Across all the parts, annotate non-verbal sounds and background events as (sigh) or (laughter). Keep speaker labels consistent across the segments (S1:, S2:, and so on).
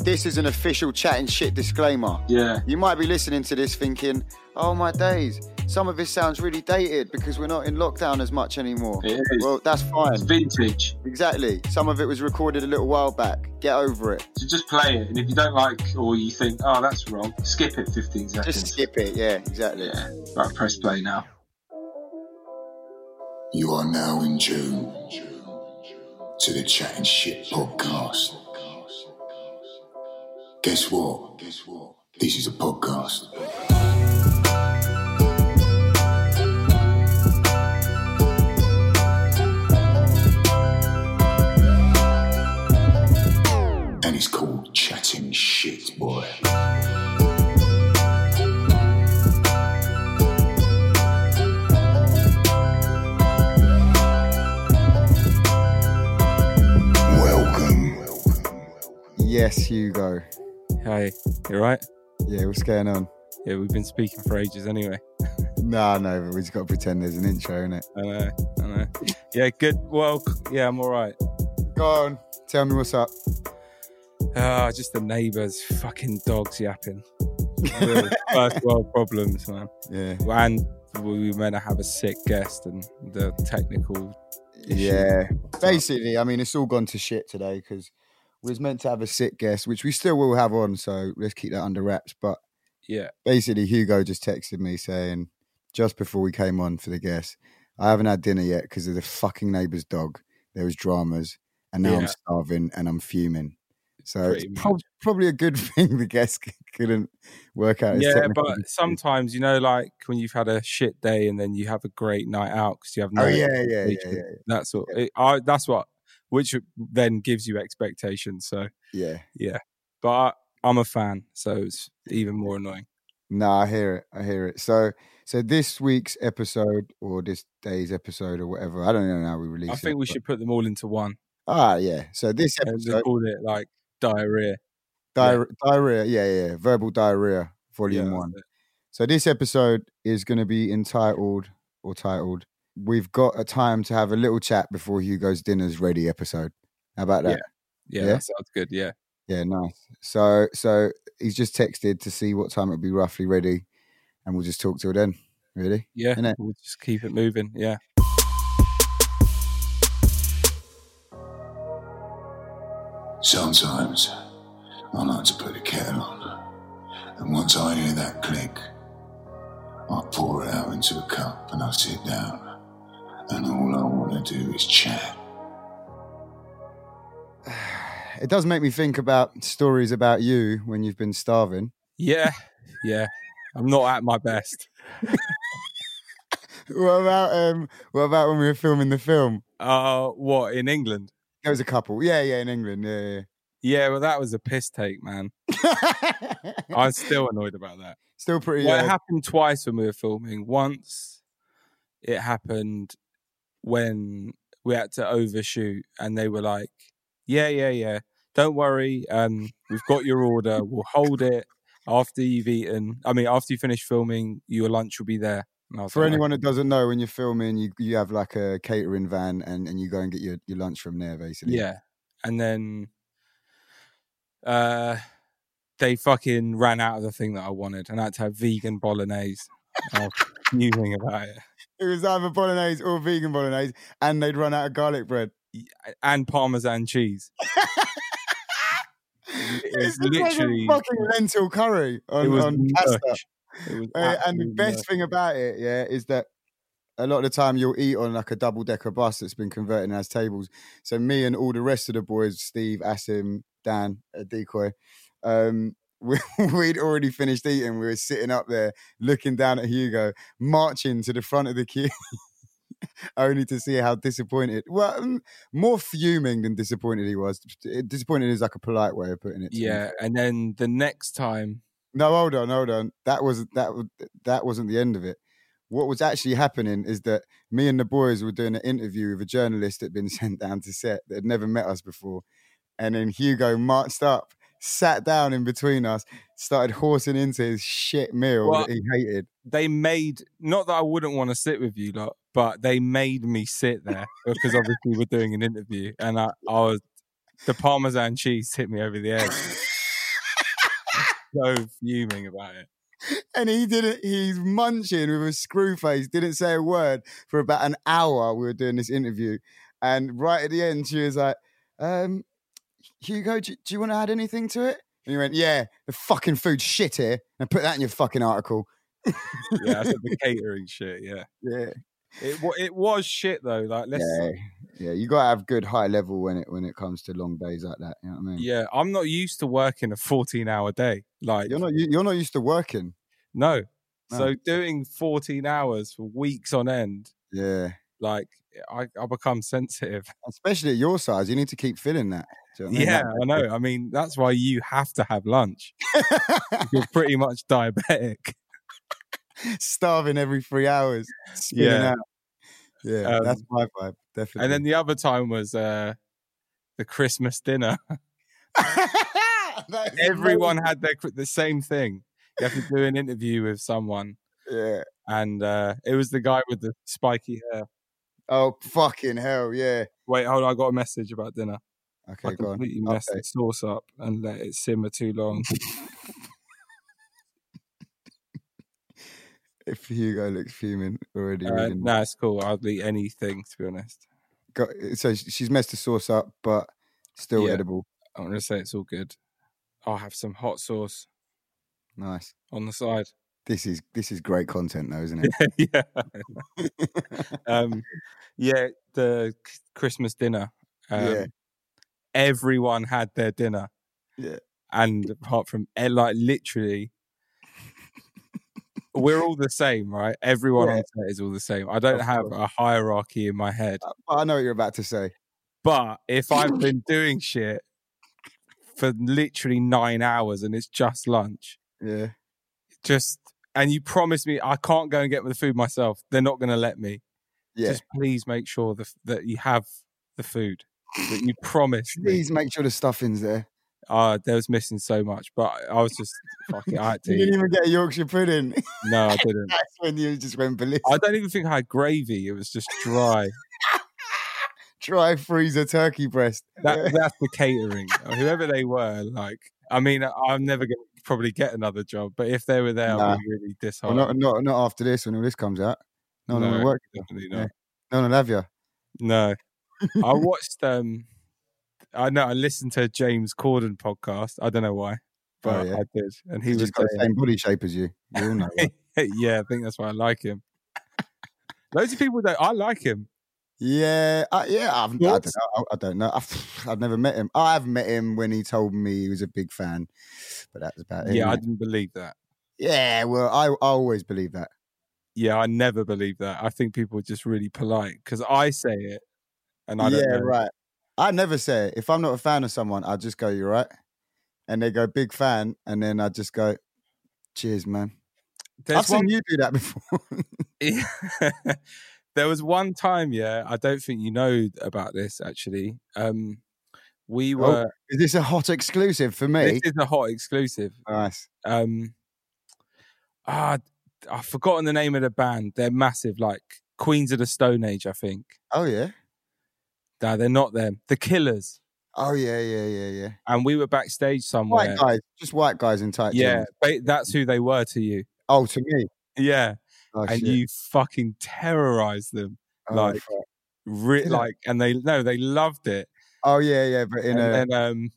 S1: This is an official chat and shit disclaimer.
S2: Yeah.
S1: You might be listening to this thinking, oh my days, some of this sounds really dated because we're not in lockdown as much anymore.
S2: It is.
S1: Well, that's
S2: It's
S1: fine.
S2: vintage.
S1: Exactly. Some of it was recorded a little while back. Get over it.
S2: So just play it, and if you don't like or you think, oh, that's wrong, skip it 15 seconds.
S1: Just skip it. Yeah, exactly.
S2: Yeah. Right, press play now.
S3: You are now in tune to the Chat and Shit podcast. Guess what? Guess what? This is a podcast. And it's called Chatting Shit, boy. Welcome.
S1: Yes, Hugo.
S4: Hey, you alright?
S1: Yeah, what's going on?
S4: Yeah, we've been speaking for ages anyway.
S1: No, no, but we just got to pretend there's an intro in it.
S4: I know, I know. Yeah, good. Well, yeah, I'm alright.
S1: Go on. Tell me (laughs) what's up.
S4: Ah, just the neighbours, fucking dogs yapping. Real first world problems, man.
S1: (laughs) Yeah.
S4: And we were meant to have a sick guest and the technical. issue.
S1: Yeah. Basically, I mean, it's all gone to shit today because we was meant to have a sick guest, which we still will have on. So let's keep that under wraps. But
S4: Yeah.
S1: basically, Hugo just texted me saying just before we came on for the guest, I haven't had dinner yet because of the fucking neighbour's dog. There was dramas, and now I'm
S4: Yeah.
S1: starving and I'm fuming. So
S4: Pretty
S1: it's prob- probably a good (laughs) thing the guest c- couldn't work out. his
S4: Yeah,
S1: technical
S4: but
S1: issues.
S4: sometimes, you know, like when you've had a shit day and then you have a great night out because you have no. (laughs)
S1: oh yeah, yeah, yeah,
S4: expectation.
S1: yeah,
S4: That's what. It, I, that's what. Which then gives you expectations. So.
S1: yeah.
S4: but I, I'm a fan, so it's even more annoying.
S1: No, I hear it. I hear it. So, so this week's episode or this day's episode or whatever, I don't know how we release
S4: I
S1: it,
S4: think we
S1: but-
S4: should put them all into one
S1: Ah, yeah. So this
S4: and
S1: episode,
S4: just call it like diarrhea.
S1: diar- diarrhea, yeah, yeah, yeah, verbal diarrhea, volume
S4: that's
S1: one.
S4: it.
S1: So this episode is going to be entitled or titled, "We've got a time to have a little chat before Hugo's dinner's ready." Episode. How about that?
S4: Yeah,
S1: Yeah?
S4: that sounds good. Yeah,
S1: Yeah, nice. So, so he's just texted to see what time it'll be roughly ready, and we'll just talk till then. Really?
S4: yeah.
S1: Innit?
S4: We'll just keep it moving. Yeah.
S3: Sometimes I like to put the kettle on, and once I hear that click, I pour it out into a cup and I sit down, and all I want to do is chat.
S1: (sighs) it does make me think about stories about you when you've been starving. (laughs)
S4: Yeah. Yeah. I'm not at my best.
S1: What about um? What about when we were filming the film?
S4: Uh, what in England?
S1: There was a couple. Yeah, yeah, in England. Yeah,
S4: Yeah, well, that was a piss take, man.
S1: yeah. (laughs)
S4: I'm still annoyed about that.
S1: Still pretty.
S4: Well, it
S1: uh,
S4: happened twice when we were filming. Once it happened when we had to overshoot, and they were like, "Yeah, yeah, yeah, don't worry. Um, we've got your order. We'll hold it after you've eaten. I mean, after you finish filming, your lunch will be there." And I was
S1: for
S4: like,
S1: anyone that doesn't know, when you're filming, you you have like a catering van and and you go and get your, your lunch from there, basically.
S4: Yeah. And then uh they fucking ran out of the thing that I wanted and I had to have vegan bolognese. I was fuming about it.
S1: It was either bolognese or vegan bolognese, and they'd run out of garlic bread. (laughs)
S4: And parmesan cheese.
S1: it's
S4: was
S1: the fucking-
S4: literally-
S1: fucking lentil curry on,
S4: it was
S1: on pasta.
S4: mush. It was
S1: Uh, and the
S4: absolute
S1: best
S4: mush.
S1: thing about it, yeah, is that a lot of the time you'll eat on like a double decker bus that's been converted as tables. So me and all the rest of the boys, Steve, Asim, Dan, a decoy, um, (laughs) we, we'd already finished eating. We were sitting up there looking down at Hugo, marching to the front of the queue. (laughs) only to see how disappointed. Well, um, more fuming than disappointed he was. Disappointed is like a polite way of putting it. to me.
S4: Yeah, and then the next time,
S1: No, hold on, hold on. That was that was- that wasn't the end of it. What was actually happening is that me and the boys were doing an interview with a journalist that had been (laughs) sent down to set that had never met us before, and then Hugo marched up, sat down in between us, started horsing into his shit meal
S4: Well-
S1: that he hated.
S4: they made not that I wouldn't want to sit with you lot, but they made me sit there because obviously we're doing an interview, and I, I was the parmesan cheese hit me over the head. so fuming about it.
S1: And he didn't. He's munching with a screw face. Didn't say a word for about an hour. We were doing this interview, and right at the end, she was like, um, "Hugo, do, do you want to add anything to it?" And he went, "Yeah, the fucking food shit here, and put that in your fucking article."
S4: Yeah, I said
S1: (laughs)
S4: the catering shit. Yeah,
S1: Yeah,
S4: it wa- it was shit though. Like let's.
S1: yeah, yeah. You gotta have good high level when it when it comes to long days like that. You know what I mean?
S4: Yeah, I'm not used to working a 14 hour day. Like,
S1: You're not you- you're not used to working.
S4: no.
S1: No.
S4: So doing 14 hours for weeks on end,
S1: Yeah,
S4: like I, I become
S1: (laughs)
S4: sensitive.
S1: especially at your size, you need to keep feeling that. Do you know what I mean?
S4: yeah,
S1: That-
S4: I know. I mean, that's why you have to have lunch.
S1: (laughs)
S4: You're pretty much diabetic.
S1: starving every three hours. Spinning
S4: Yeah.
S1: out. Yeah, that's
S4: Um,
S1: my vibe, definitely.
S4: And then the other time was uh the
S1: (laughs)
S4: Christmas dinner.
S1: (laughs) That is
S4: Everyone had their cri- the same thing. You have to do an interview with someone,
S1: amazing. Yeah.
S4: and uh it was the guy with the spiky hair.
S1: Oh fucking hell! Yeah.
S4: Wait, hold on, I got a message about dinner.
S1: Okay,
S4: I
S1: go on.
S4: completely messed the
S1: Update.
S4: sauce up and let it simmer too long.
S1: If Hugo looks fuming already,
S4: uh,
S1: reading that.
S4: no, it's cool. I'll eat anything to be honest.
S1: Got, eh, so sh- she's messed the sauce up, but still
S4: Yeah.
S1: edible.
S4: I'm gonna say it's all good. I'll have some hot sauce
S1: Nice.
S4: on
S1: (laughs)
S4: the side.
S1: This is this is great content, though, isn't it?
S4: yeah. (laughs)
S1: (laughs)
S4: um, yeah, the c- Christmas dinner. Um,
S1: Yeah.
S4: Everyone had their dinner.
S1: Yeah.
S4: And apart from, eh, like,
S1: (laughs)
S4: literally, we're all the same, right? Everyone
S1: Yeah.
S4: on set is all the same. I don't
S1: Of
S4: have a hierarchy in my head.
S1: I know what you're about to say.
S4: But if
S1: (laughs)
S4: I've been doing shit for literally nine hours and it's just lunch,
S1: Yeah.
S4: just, and you promise me I can't go and get the food myself, they're not going to let me
S1: Yeah.
S4: just please make sure the, f- that you have the food that you promised me.
S1: Please make sure the stuffing's there.
S4: Uh, there was missing so much, but I- I was just fucking. I had to
S1: You didn't
S4: eat.
S1: even get a Yorkshire pudding. (laughs)
S4: No, I didn't.
S1: That's when you just went ballistic.
S4: I don't even think I had gravy. It was just dry.
S1: Dry freezer turkey breast.
S4: That, that's the catering. Uh, Whoever they were, like, I mean, I- I'm never going to probably get another job, but if they were there, I'd
S1: Nah.
S4: be really
S1: Well,
S4: disheartened.
S1: not, not not after this when all this comes out. No, no,
S4: No.
S1: no, work.
S4: Definitely
S1: yeah.
S4: not.
S1: No, no, love you.
S4: No. I
S1: (laughs)
S4: watched, um, I know I listened to a James Corden podcast. I don't know why, but
S1: Oh, yeah.
S4: Oh, I did. And he
S1: He
S4: was
S1: just got
S4: saying-
S1: the same body shape as you. We all know. that.
S4: (laughs) yeah, I think that's why I like him. Loads of people don't. I like him.
S1: yeah, I, yeah. I've, I
S4: What?
S1: don't know. I, I don't know. I've, I've never met him. I've met him when he told me he was a big fan, but that's about it.
S4: Yeah, I
S1: innit?
S4: didn't believe that.
S1: yeah. Well, I, I always believe that.
S4: Yeah, I never believed that. I think people are just really polite because I say it, and I don't
S1: yeah,
S4: know.
S1: right. I never say it. if I'm not a fan of someone, I just go, "You're right," and they go, "Big fan," and then I just go, "Cheers, man." I've
S4: There's
S1: seen
S4: one.
S1: you do that before. (laughs)
S4: (laughs) there was one time. Yeah, I don't think you know about this actually. Um, we
S1: Oh,
S4: were.
S1: Is this a hot exclusive for me?
S4: This is a hot exclusive.
S1: Nice.
S4: Um, ah, I've forgotten the name of the band. They're massive, like Queens of the Stone Age, I think.
S1: Oh yeah.
S4: No, they're not them. The Killers.
S1: Oh yeah, yeah, yeah, yeah.
S4: and we were backstage
S1: White
S4: somewhere.
S1: guys, just white guys in tight
S4: yeah,
S1: jeans.
S4: ba- that's who they were to you.
S1: Oh, to me.
S4: Yeah,
S1: Oh,
S4: and
S1: shit.
S4: you fucking terrorized them,
S1: oh,
S4: like,
S1: fuck.
S4: re-
S1: Did I?
S4: like, and they no, they loved it.
S1: oh yeah, yeah, but in
S4: and
S1: a
S4: then um,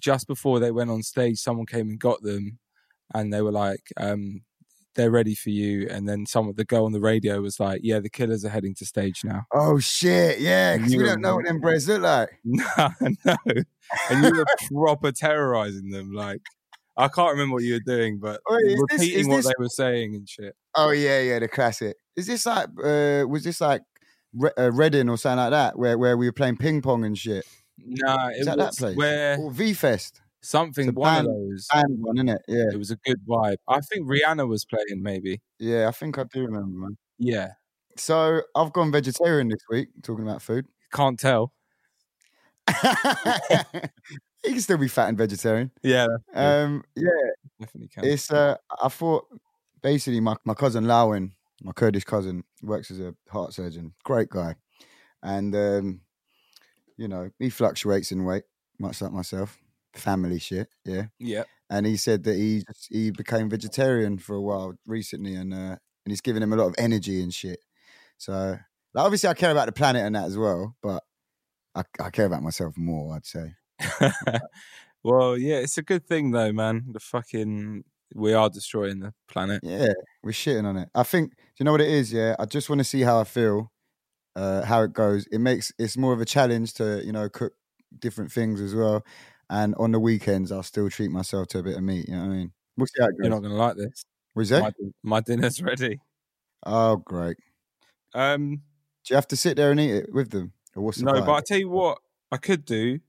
S4: just before they went on stage, someone came and got them, and they were like, um, "They're ready for you." And then someone, the girl on the radio, was like, "Yeah, the Killers are heading to stage now." (laughs)
S1: oh shit, yeah, 'cause
S4: You
S1: we
S4: were
S1: don't know what them breads look like.
S4: no, no, and you were proper terrorizing them, like. I can't remember what you were doing, but
S1: Wait, is this-
S4: repeating
S1: is
S4: what
S1: this-
S4: they were saying and shit.
S1: Oh yeah, yeah, the classic. Is this like? uh Was this like Re- uh, Reading or something like that, where where we were playing ping pong and shit,
S4: No, it
S1: Is that that
S4: was
S1: place?
S4: where
S1: or V Fest,
S4: something
S1: It's a
S4: one of
S1: band-
S4: those.
S1: and one, innit? Yeah,
S4: It was a good vibe. I think Rihanna was playing, maybe.
S1: yeah, I think I do remember. Man.
S4: Yeah,
S1: So I've gone vegetarian this week. Talking about
S4: (laughs)
S1: food, (laughs)
S4: can't tell.
S1: you can still be fat and vegetarian.
S4: Yeah,
S1: Um, yeah,
S4: definitely can.
S1: it's. Uh, I thought basically my my cousin Lawin, my Kurdish cousin, works as a heart surgeon. Great guy, and um, you know he fluctuates in weight, much like myself. Family shit, yeah.
S4: yeah,
S1: and he said that he he became vegetarian for a while recently, and uh, and it's given him a lot of energy and shit. So like, obviously, I care about the planet and that as well, but I, I care about myself more. I'd say.
S4: (laughs) well, yeah, it's a good thing though, man. The fucking we are destroying the planet.
S1: Yeah, we're shitting on it. I think. Do you know what it is? Yeah, I just want to see how I feel, uh, how it goes. It makes it's more of a challenge to you know cook different things as well, and on the weekends I'll still treat myself to a bit of meat. You know what I mean? We'll see how it
S4: You're
S1: goes.
S4: not gonna like this.
S1: What's
S4: My,
S1: that?
S4: din- my dinner's (laughs) ready.
S1: Oh, great.
S4: Um,
S1: Do you have to sit there and eat it with them? Or what's the
S4: no,
S1: vibe?
S4: but I tell you what, I could do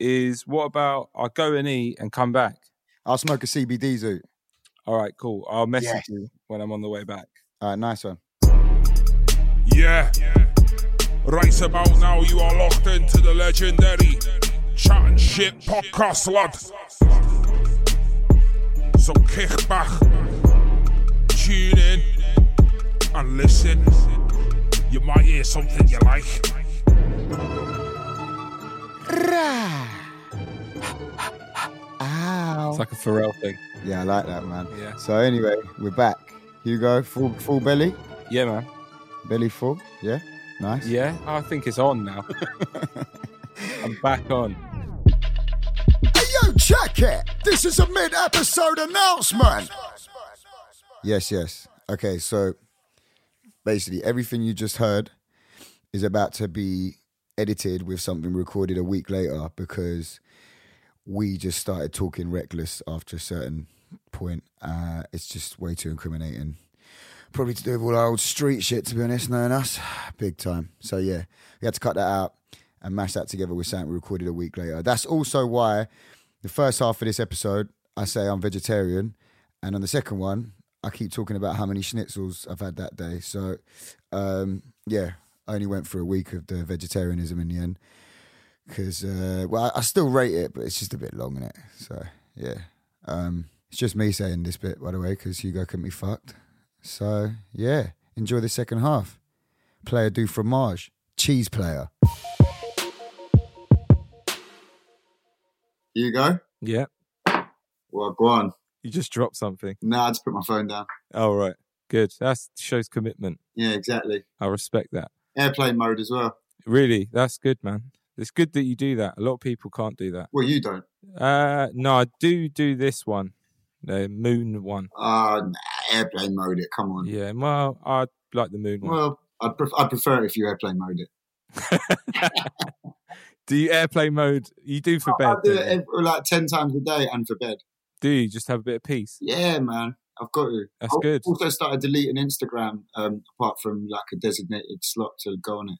S4: is what about I go and eat and come back.
S1: I'll smoke a CBD zoo.
S4: All right, cool. I'll message
S1: Yes.
S4: you when I'm on the way back.
S1: All right, nice one.
S5: Yeah. Right about now, you are locked into the legendary Chat and Shit podcast, lad. So kick back, tune in, and listen. You might hear something you like.
S1: Ow. Oh.
S4: It's like a Pharrell thing.
S1: Yeah, I like that, man.
S4: Yeah.
S1: So anyway, we're back. Hugo, full full belly,
S4: Yeah, man.
S1: belly full. Yeah, nice.
S4: Yeah, I think it's
S1: (laughs)
S4: on now. I'm back on.
S1: Hey, yo, check it. This is a mid-episode announcement. Yes, yes. Okay, so basically everything you just heard is about to be edited with something recorded a week later because we just started talking reckless after a certain point. Uh, it's just way too incriminating. Probably to do with all our old street shit, to be honest, knowing us. (sighs) Big time. So, yeah, we had to cut that out and mash that together with something we recorded a week later. That's also why the first half of this episode, I say I'm vegetarian. And on the second one, I keep talking about how many schnitzels I've had that day. So, um, yeah, I only went for a week of the vegetarianism in the end. Because, uh, well, I, I still rate it, but it's just a bit long, in it? So, yeah. Um, it's just me saying this bit, by the way, because Hugo couldn't be fucked. So, yeah, enjoy the second half. Player du fromage, cheese player. Hugo?
S4: Yeah.
S1: Well, go on.
S4: You just dropped something.
S1: No, I just put my phone down.
S4: All right. Good. That shows commitment.
S1: Yeah, exactly.
S4: I respect that.
S1: Airplane mode as well.
S4: Really, that's good, man. It's good that you do that. A lot of people can't do that.
S1: Well, you don't.
S4: Uh, no, I do do this one, the moon one.
S1: Uh, nah, airplane mode it. Come on.
S4: Yeah, well, I like the moon one.
S1: Well, I'd, pref- I'd prefer it if you airplane mode it.
S4: do you airplane mode? You do for
S1: I
S4: bed,
S1: do
S4: do
S1: it
S4: you?
S1: ev like 10 times a day and for bed.
S4: Do you just have a bit of peace?
S1: Yeah, man. I've got to.
S4: That's
S1: I
S4: good.
S1: also started deleting Instagram um, apart from like a designated slot to go on it.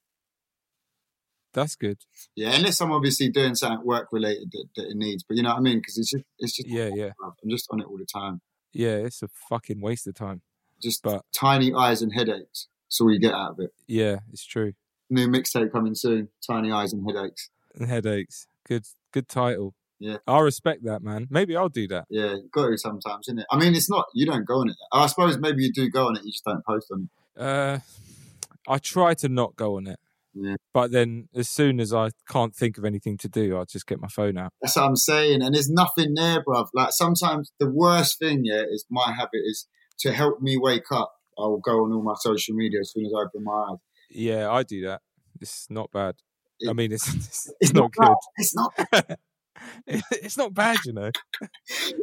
S4: That's good.
S1: Yeah, unless I'm obviously doing something work related that, that it needs. But you know what I mean? Because it's just, it's just,
S4: Yeah, yeah,
S1: I'm just on it all the time.
S4: yeah. It's a fucking waste of time.
S1: Just
S4: But-
S1: tiny eyes and headaches. That's all you get out of it.
S4: Yeah, it's true.
S1: New mixtape coming soon. Tiny eyes and headaches.
S4: And headaches. Good, good title.
S1: Yeah.
S4: I respect that, man. Maybe I'll do that.
S1: Yeah, you got to sometimes, isn't it? I mean, it's not you don't go on it. I suppose maybe you do go on it, you just don't post on it.
S4: Uh, I try to not go on it.
S1: Yeah.
S4: But then, as soon as I can't think of anything to do, I just get my phone out.
S1: That's what I'm saying. And there's nothing there, bruv. Like sometimes the worst thing, yeah, is my habit is to help me wake up. I will go on all my social media as soon as I open my eyes.
S4: Yeah, I do that. It's not bad. I
S1: It-
S4: mean, it's (laughs) it's,
S1: (laughs) It's
S4: not,
S1: not bad. It's not.
S4: good. (laughs) It- it's not bad, you
S1: (laughs)
S4: know.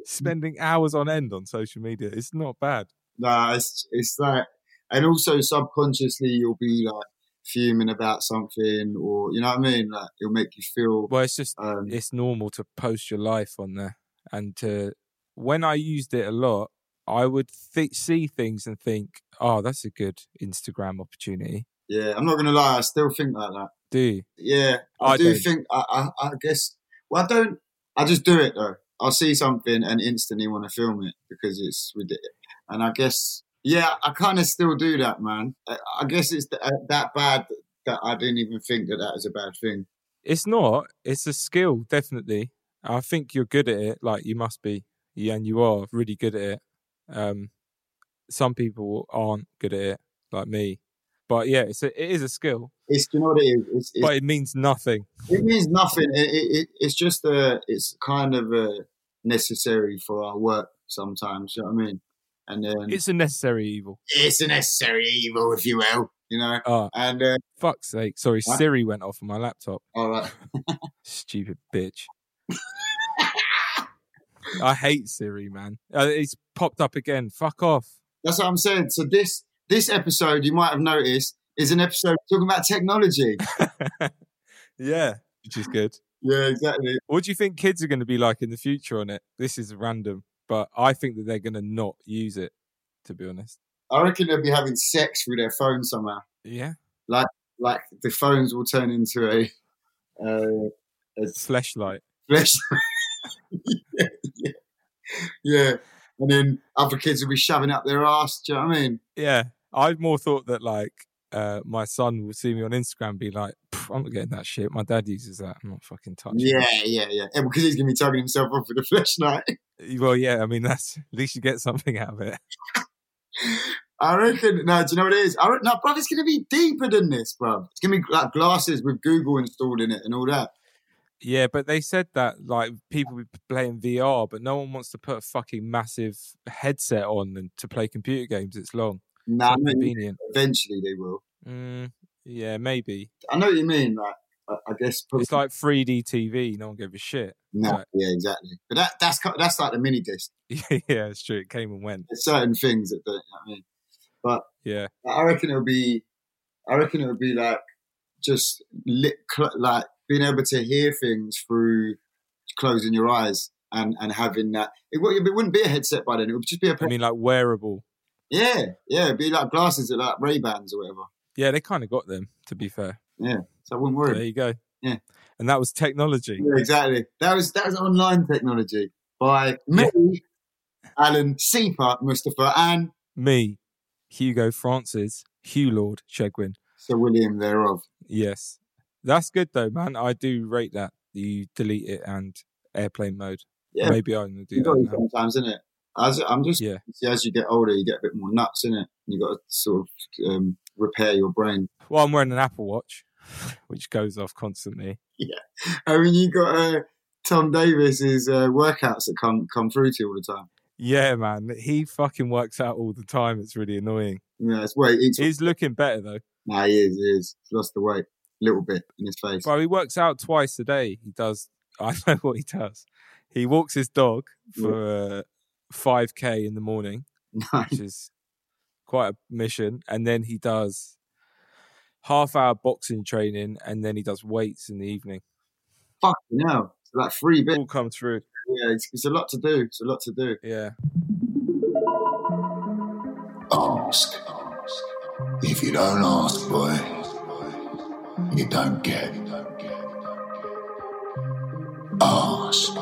S4: Spending hours on end on social media, it's not bad.
S1: Nah, it's it's like, and also subconsciously you'll be like fuming about something, or you know what I mean. Like it'll make you feel.
S4: Well, it's just
S1: Um,
S4: it's normal to post your life on there, and to when I used it a lot, I would th- see things and think, "Oh, that's a good Instagram opportunity."
S6: Yeah, I'm not gonna lie. I still think like that.
S4: Do you?
S6: Yeah, I,
S4: I
S6: do
S4: don't.
S6: think. I, I, I guess. Well, I don't. I just do it though. I'll see something and instantly want to film it because it's ridiculous. And I guess, yeah, I kind of still do that, man. I, I guess it's th- uh, that bad that I didn't even think that that was a bad thing.
S4: It's not. It's a skill, definitely. I think you're good at it. Like you must be, yeah, and you are really good at it. Um, some people aren't good at it, like me. But yeah, it's a, it is a skill,
S6: It's you know what it is. It's, it's,
S4: but it means nothing.
S6: it means nothing. It, it, it, it's just a. It's kind of a necessary for our work sometimes. You know what I mean? And then it's,
S4: It's a necessary evil.
S6: a necessary evil, if you will. You know.
S4: Ah,
S6: And uh,
S4: fuck's sake! Sorry,
S6: What?
S4: Siri went off on my laptop.
S6: all right.
S4: Stupid bitch. I hate Siri, man. Uh, it's popped up again. Fuck off. (laughs)
S6: That's what I'm saying. So this this episode, you might have noticed, is an episode talking about technology.
S4: Yeah, which is good.
S6: (laughs) yeah, exactly.
S4: What do you think kids are going to be like in the future on it? This is random, but I think that they're going to not use it, to be honest.
S6: I reckon they'll be having sex through their phone somehow.
S4: Yeah.
S6: Like the phones will turn into a uh,
S4: Fleshlight.
S6: flesh. (laughs) yeah, yeah, yeah. And then other kids will be shoving up their ass. Do you know what I mean?
S4: Yeah. I more thought that, like, uh, my son will see me on Instagram and be like, "Pff, I'm not getting that shit. My dad uses that. I'm not fucking touching
S6: Yeah, yeah, yeah. And because he's gonna be tugging himself off with a flashlight.
S4: it. Well, yeah. I mean, (laughs) that's at least you get something out of it.
S6: I reckon. No, do you know what it is? I re- no, bro, it's gonna be deeper than this, bro. It's gonna be like glasses with Google installed in it and all that.
S4: Yeah, but they said that like people be playing VR, but no one wants to put a fucking massive headset on and to play computer games. It's long,
S6: No,
S4: it's
S6: I know you-
S4: inconvenient.
S6: eventually they will.
S4: Mm, yeah, maybe
S6: I know what you mean. Like, I, I guess probably,
S4: it's like 3D TV. No one gave a shit. (laughs)
S6: no,
S4: like-
S6: yeah, exactly. But that that's ki- that's like the mini disc.
S4: yeah, it's true. It came and went.
S6: There's certain things that don't. you know what I mean,
S4: Yeah,
S6: Like, I reckon it'll be, I reckon it'll be like just lit, cl- like being able to hear things through closing your eyes and and having that. It, wou- it wouldn't be a headset by then. It would just be a
S4: I mean like wearable.
S6: yeah, yeah. It'd be like glasses that like Ray Bans or whatever.
S4: Yeah, they kind of got them. To be fair,
S6: So I wouldn't
S4: there
S6: worry.
S4: you go.
S6: Yeah.
S4: and that was technology.
S6: Yeah, exactly. That was that was online technology by me, Alan Seapart Mustafa, and
S4: Me, Hugo Francis, Hugh Lord Chegwin.
S6: Sir William thereof.
S4: Yes, that's good though, man. I do rate that. You delete it and airplane mode.
S6: Yeah.
S4: maybe I'm gonna do
S6: You got
S4: that
S6: it
S4: now.
S6: sometimes, isn't it? As I'm just
S4: Yeah,
S6: see, as you get older, you get a bit more nuts, innit? You got to sort of um, repair your brain.
S4: well, I'm wearing an Apple Watch, (laughs) which goes off constantly.
S6: I mean, you got uh, Tom Davis's uh, workouts that come come through to you all the time.
S4: Yeah, man, he fucking works out all the time. It's really annoying.
S6: Yeah, it's weight. It's,
S4: He's looking better though.
S6: nah, he is, he is. He's lost the weight a little bit in his face. (laughs)
S4: Bro, he works out twice a day. He does. (laughs) I know what he does. He walks his dog for uh, five k in the morning, which is quite a mission, and then he does half hour boxing training, and then he does weights in the evening.
S6: Fucking hell. It's like three bits.
S4: All come through.
S6: Yeah, it's, it's a lot to do. It's a lot to do.
S4: Yeah.
S3: Ask. If you don't ask, boy, you don't get. Ask.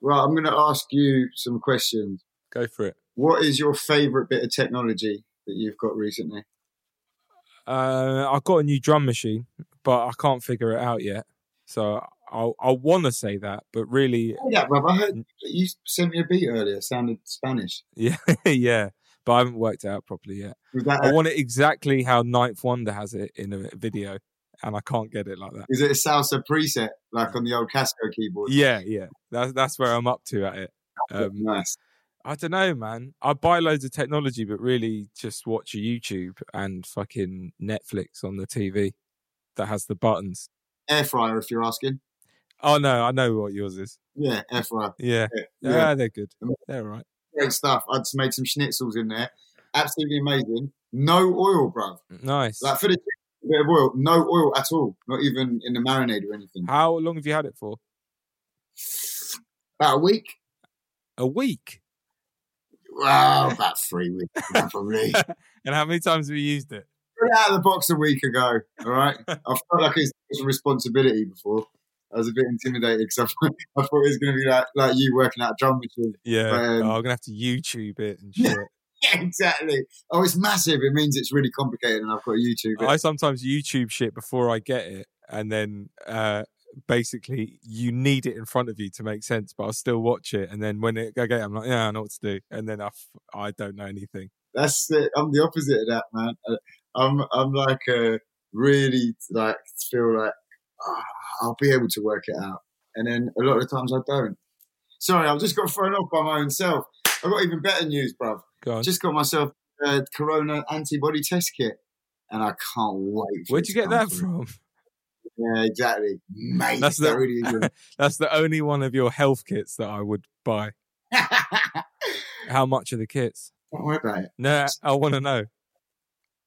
S6: Well, I'm going to ask you some questions.
S4: Go for it.
S6: What is your favorite bit of technology that you've got recently?
S4: Uh, I got a new drum machine, but I can't figure it out yet. So I I want to say that, but really, (laughs)
S6: Hey, that, bruv, I heard you sent me a beat earlier. It sounded Spanish.
S4: yeah, yeah. But I haven't worked it out properly yet.
S6: Was that?
S4: I want it exactly how Ninth Wonder has it in a video, and I can't get it like that.
S6: is it a salsa preset like on the old Casio keyboard?
S4: Yeah, yeah. That's that's where I'm up to at it. Um,
S6: nice.
S4: I don't know, man. I buy loads of technology, but really just watch YouTube and fucking Netflix on the TV that has the buttons.
S6: Air fryer, if you're asking.
S4: Oh no, I know what yours is.
S6: Yeah, air fryer.
S4: Yeah,
S6: Yeah.
S4: yeah, they're good. They're all right.
S6: Great stuff. I just made some schnitzels in there. Absolutely amazing. No oil, bruv.
S4: Nice.
S6: Like for the chicken, a bit of oil, no oil at all. Not even in the marinade or anything.
S4: How long have you had it for?
S6: About a week.
S4: A week.
S7: well, about three weeks probably.
S4: And how many times have you used it?
S6: Put it out of the box a week ago. All right, I felt like it's a responsibility before. I was a bit intimidated because I, thought- I thought it was going to be like like you working out a drum machine. (laughs)
S4: Yeah.
S6: Um,
S4: oh, I'm gonna have to YouTube it (laughs) and shit.
S6: Yeah, exactly. Oh, it's massive. It means it's really complicated, and I've got YouTube.
S4: I sometimes YouTube shit before I get it, and then uh, basically you need it in front of you to make sense. But I'll still watch it, and then when it I get, it, I'm like, yeah, I know what to do, and then I, f- I don't know anything.
S6: That's it. I'm the opposite of that, man. Uh, I'm I'm like a really like feel like "Ah, I'll be able to work it out, and then a lot of the times I don't. Sorry, I've just got thrown off by my own self. I've got even better news, bruv.
S4: Go on.
S6: Just got myself a corona antibody test kit, and I can't wait. for it
S4: Where'd you
S6: to
S4: get
S6: come
S4: that
S6: through.
S4: from? (laughs)
S6: Yeah, exactly,
S4: That's
S6: mate. That's
S4: the-
S6: that really
S4: (laughs)
S6: is good. (laughs)
S4: That's the only one of your health kits that I would buy. How much are the kits?
S6: Don't worry about it.
S4: No, I want to know. (laughs)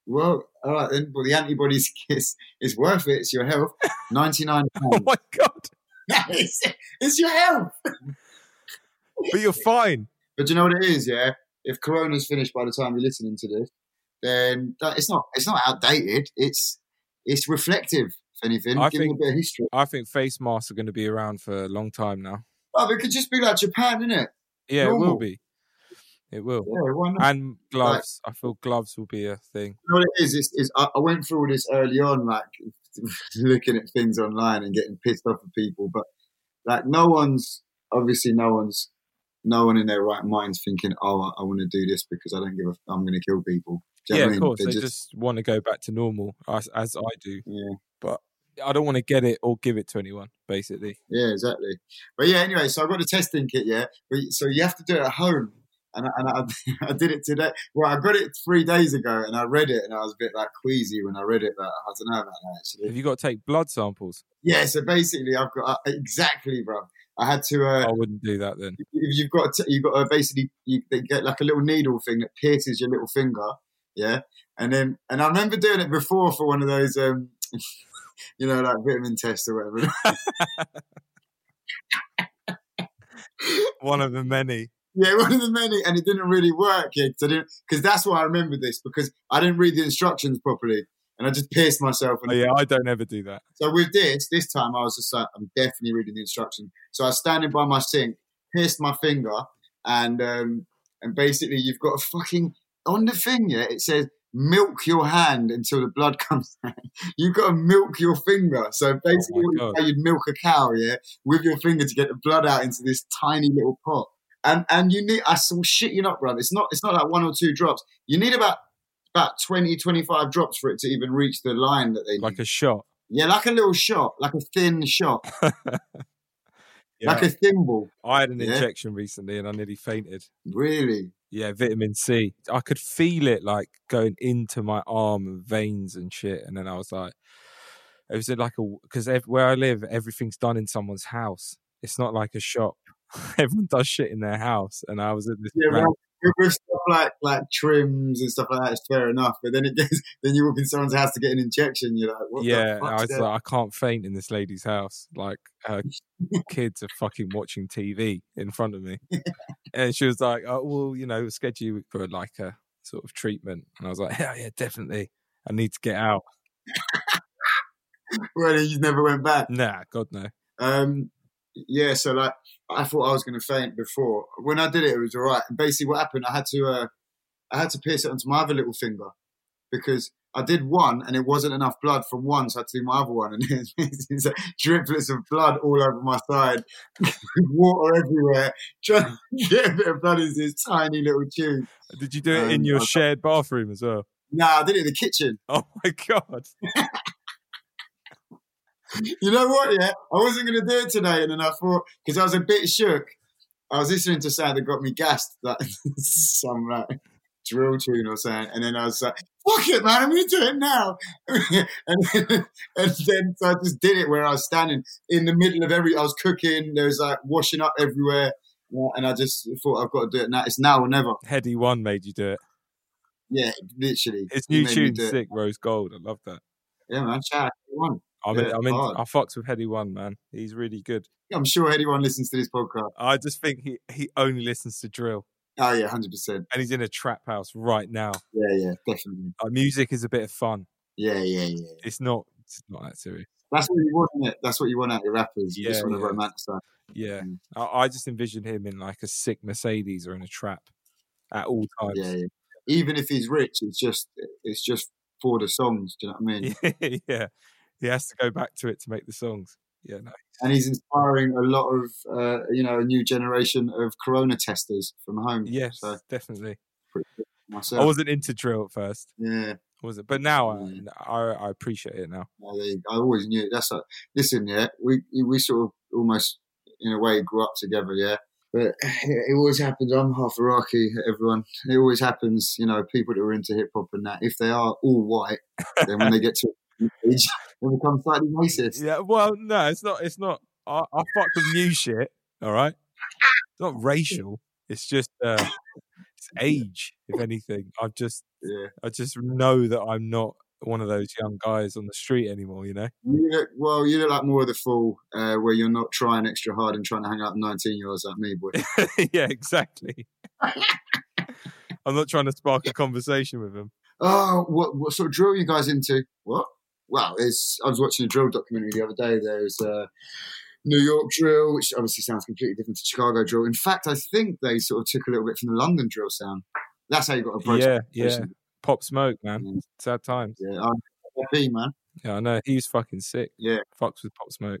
S6: Well, all right then. Well, the antibodies (laughs) is, is worth it. It's your health. Ninety nine.
S4: Oh my god!
S6: (laughs) it's, it's your health.
S4: (laughs) But
S6: (laughs)
S4: you're fine.
S6: But do you know what it is? Yeah. If Corona's finished by the time you're listening to this, then that, it's not it's not outdated. It's it's reflective. If anything,
S4: I
S6: give me
S4: think-
S6: a bit of history.
S4: I think face masks are going to be around for a long time now.
S6: Oh, but it could just be like Japan, innit?
S4: Yeah, it will
S6: Normal.
S4: be. It will.
S6: Yeah, why not?
S4: And gloves. I feel gloves will be a thing.
S6: you know what it is? It's, it's, I, I went through all this early on, like (laughs) looking at things online and getting pissed off at people. But like, no one's obviously no one's no one in their right mind's thinking, "Oh, I, I want to do this because I don't give a. f- I'm going to kill people." Do you
S4: yeah,
S6: know what I
S4: of
S6: mean?
S4: course.
S6: They're
S4: They just, want to go back to normal, as, as I do.
S6: yeah,
S4: But I don't want to get it or give it to anyone, basically.
S6: yeah, exactly. But yeah, anyway, so I got a testing kit, yeah. But so you have to do it at home. And, I- and I, (laughs) I did it today. Well, I got it three days ago, and I read it, and I was a bit like queasy when I read it. But I don't know about that actually.
S4: Have you got to take blood samples?
S6: Yeah, so basically, I've got uh, exactly, bro. I had to. Uh,
S4: I wouldn't do that then.
S6: if You've got to, you've got to basically you they get like a little needle thing that pierces your little finger, yeah. And then and I remember doing it before for one of those, um, (laughs) you know, like vitamin tests or whatever. (laughs)
S4: One of the many.
S6: yeah, one of the many, and it didn't really work, yeah, because that's why I remember this because I didn't read the instructions properly. And I just pierced myself. And
S4: Oh, yeah, I don't ever do that.
S6: So with this, this time I was just like, I'm definitely reading the instructions. So I was standing by my sink, pierced my finger, and um, and basically you've got a fucking on the thing, yeah. It says milk your hand until the blood (laughs) comes out. You've got to milk your finger. So basically,
S4: Oh God.
S6: how you'd milk a cow, yeah, with your finger to get the blood out into this tiny little pot. And and you need I will shit you not, brother. It's not it's not like one or two drops. You need about about 20, 25 drops for it to even reach the line that they need.
S4: Like a shot.
S6: Yeah, like a little shot, like a thin shot,
S4: Yeah.
S6: like a thimble.
S4: I had an
S6: Yeah.
S4: injection recently and I nearly fainted.
S6: Really?
S4: Yeah, vitamin C. I could feel it like going into my arm and veins and shit. And then I was like, it was like a, because ev- where I live, everything's done in someone's house. It's not like a shop. (laughs) Everyone does shit in their house. And I was at this
S6: Yeah,
S4: ran-
S6: well, with- with stuff like like trims and stuff like that, it's fair enough. But then it gets, (laughs) then you walk in someone's house to get an injection. You're like, what
S4: yeah,
S6: the
S4: I
S6: fuck's
S4: was
S6: that?
S4: like, I can't faint in this lady's house. Like her kids are fucking watching TV in front of me, and she was like, "Oh, well, you know, schedule you for like a sort of treatment." And I was like, "Yeah, yeah, definitely. I need to get out."
S6: (laughs) Well, then you never went back.
S4: Nah, God no.
S6: Um, yeah, so like I thought I was going to faint before. When I did it, it was all right. And basically, what happened, I had to uh, I had to pierce it onto my other little finger because I did one and it wasn't enough blood from one, so I had to do my other one, and (laughs) it's, it's like driplets of blood all over my side, water everywhere, (laughs) trying to get a bit of blood into this tiny little tube.
S4: Did you do it in
S6: Um,
S4: your
S6: I-
S4: shared bathroom as well? (laughs)
S6: Nah, I did it in the kitchen.
S4: Oh my god!
S6: you know what? Yeah, I wasn't going to do it today, and then I thought because I was a bit shook. I was listening to sound that got me gassed, like (laughs) some like drill tune or something, and then I was like, "Fuck it, man! I'm going to do it now." (laughs) and, then, and then so I just did it where I was standing in the middle of every. I was cooking. There was like washing up everywhere, yeah, and I just thought I've got to do it now. It's now or never.
S4: Heady one made you do it.
S6: Yeah, literally.
S4: It's
S6: He
S4: new
S6: made me
S4: tune,
S6: do it.
S4: sick rose gold. I love that.
S6: Yeah, man. Shout out to everyone.
S4: I'm in,
S6: Yeah,
S4: I'm in,
S6: hard.
S4: I fucks with Heady One, man. He's really good.
S6: I'm sure anyone listens to this podcast.
S4: I just think he, he only listens to drill.
S6: Oh yeah, hundred percent.
S4: and he's in a trap house right now.
S6: Yeah, yeah, definitely.
S4: Like, music is a bit of fun.
S6: Yeah, yeah, yeah.
S4: It's not. It's not that serious.
S6: That's what you want, isn't it? That's what you want out of your rappers. You just
S4: Yeah,
S6: want to
S4: yeah.
S6: romance that.
S4: Yeah, I, I just envision him in like a sick Mercedes or in a trap at all times. (laughs)
S6: Yeah, yeah. Even if he's rich, it's just it's just for the songs. Do you know what I mean?
S4: yeah, He has to go back to it to make the songs. Yeah, no.
S6: And he's inspiring a lot of uh, you know a new generation of Corona testers from home.
S4: Yes,
S6: Mm, so
S4: definitely.
S6: pretty good
S4: I
S6: myself.
S4: wasn't into drill at first,
S6: yeah.
S4: was it? But now I,
S6: Mm.
S4: I, I appreciate it now.
S6: I, think- I always knew that's like listen, yeah. We we sort of almost in a way grew up together, yeah. But (sighs) it always happens. I'm half Iraqi. Everyone, it always happens. You know, people that are into hip hop and that, if they are all white, then when they get to a certain age, they become slightly racist.
S4: Yeah, well, no, it's not. It's not. I, I fuck with new shit. All right, it's not
S6: (laughs)
S4: racial. It's just uh, it's age, if anything. I've just
S6: Yeah.
S4: I just know that I'm not one of those young guys on the street anymore. You know. (laughs)
S6: You look, well, you look like more of the fool uh, where you're not trying extra hard and trying to hang out with 19 year olds like me, boy.
S4: yeah, exactly. I'm not trying to spark a conversation with him.
S6: oh, what, what sort of drill are you guys into? What? Wow, it's, I was watching a drill documentary the other day. There's uh, New York drill, which obviously sounds completely different to Chicago drill. In fact, I think they sort of took a little bit from the London drill sound. That's how you got approached.
S4: Yeah,
S6: the
S4: yeah.
S6: conversation.
S4: Pop smoke, man.
S6: Mm.
S4: Sad times.
S6: Yeah, I'm happy, man.
S4: Yeah, I know. He was fucking sick.
S6: Yeah.
S4: Fucks with pop smoke.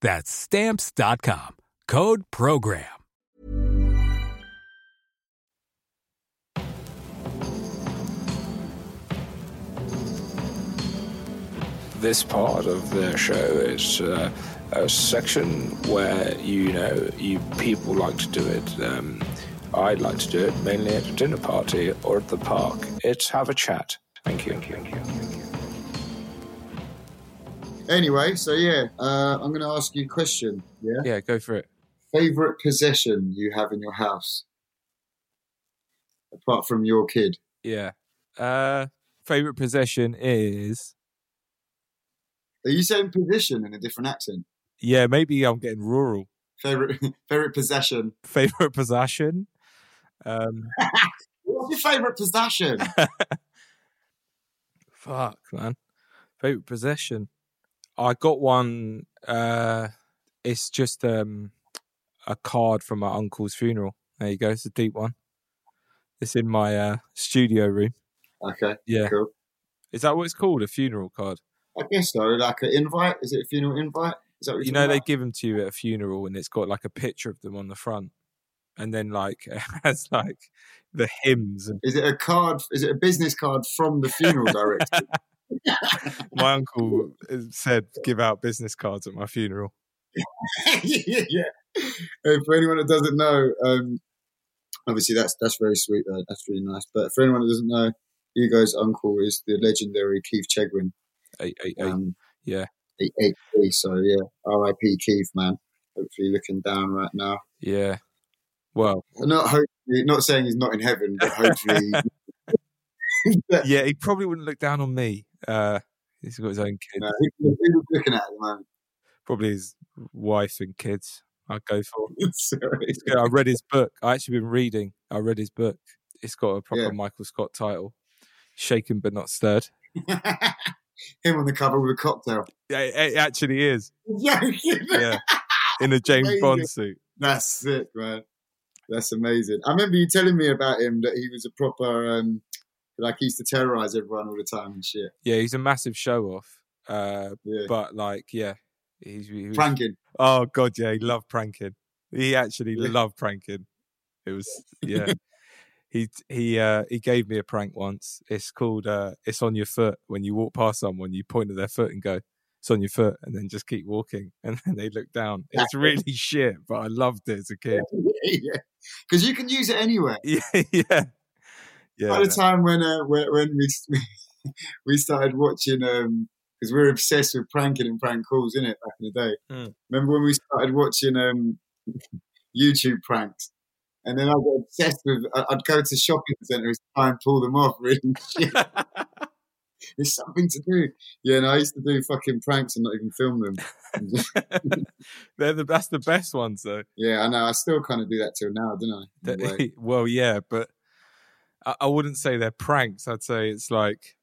S8: That's stamps.com. Code program.
S9: This part of the show is uh, a section where you know you people like to do it. Um, I'd like to do it mainly at a dinner party or at the park. It's have a chat. Thank you. Thank you.
S6: Anyway, so yeah, uh, I'm going to ask you a question. Yeah.
S4: Yeah, go for it.
S6: Favorite possession you have in your house? Apart from your kid.
S4: Yeah. Uh, favorite possession is.
S6: Are you saying position in a different accent?
S4: Yeah, maybe I'm getting rural. (laughs)
S6: Favorite (laughs) favorite possession.
S4: Favorite possession. Um,
S6: What's your
S4: (laughs)
S6: favorite possession?
S4: fuck, man. Favorite possession. I got one. Uh, it's just um, a card from my uncle's funeral. There you go. It's a deep one. It's in my uh, studio room.
S6: okay,
S4: Yeah.
S6: cool.
S4: Is that what it's called? A funeral card?
S6: I guess so. Like an invite? Is it a funeral invite? Is that what you're
S4: you know
S6: talking
S4: they
S6: about?
S4: give them to you at a funeral and it's got like a picture of them on the front and then like (laughs) it has like the hymns and
S6: Is it a card? Is it a business card from the
S4: (laughs)
S6: funeral director? (laughs)
S4: my uncle uh, (laughs) said give out business cards at my funeral
S6: yeah. Uh, For anyone that doesn't know, um, obviously that's that's very sweet. Though. That's really nice. But for anyone that doesn't know, Hugo's uncle is the legendary Keith Chegwin.
S4: Hey, hey, hey.
S6: Um,
S4: Yeah.
S10: the HP. So yeah, R.I.P. Keith, man. Hopefully, looking down right now.
S4: Yeah. Well,
S6: Not hopefully, not saying he's not in heaven, but hopefully, (laughs)
S4: yeah, he probably wouldn't look down on me. Uh, he's got his own kids,
S6: no, who- who was looking at him, man. (laughs)
S4: probably his wife and kids. I'd go for. (laughs)
S6: Sorry. (laughs)
S4: It's good. I read his book. I actually been reading. I read his book. It's got a proper
S6: Yeah.
S4: Michael Scott title, "Shaken but Not Stirred."
S6: him on the cover with a cocktail. (laughs)
S4: Yeah, it, it actually is.
S6: Joking.
S4: Yeah, in a James
S6: Amazing.
S4: Bond suit.
S6: That's sick, man. That's amazing. I remember you telling me about him that he was a proper, um, like he used to terrorize everyone all the time and shit.
S4: Yeah, he's a massive show off. Uh,
S6: Yeah,
S4: but like, yeah, he's he was-
S6: pranking. (laughs)
S4: Oh god, yeah, he loved pranking. He actually
S6: Yeah.
S4: loved pranking. It was
S6: (laughs)
S4: yeah. he he uh he gave me a prank once. It's called uh it's on your foot. When you walk past someone, you point at their foot and go, It's on your foot and then just keep walking (laughs) and then they look down. It's really shit, but I loved it as a kid.
S6: yeah, because you can use it anywhere.
S4: Yeah, (laughs) yeah.
S6: By
S4: Yeah.
S6: the time when uh, when, when we we (laughs) started watching, um, because we were obsessed with pranking and prank calls, in it back in the day.
S4: Mm.
S6: Remember when we started watching um, (laughs) YouTube pranks? And then I got obsessed with. I- I'd go to shopping centres to try and pull them off. (laughs) Really, there's something to do. Yeah, and I used to do fucking pranks and not even film them.
S4: (laughs) They're the that's the best ones though.
S6: Yeah, I know. I still kind of do that till now, don't I? In a
S4: That- (laughs)
S6: way.
S4: well, yeah, but I, I wouldn't say they're pranks. I'd say it's like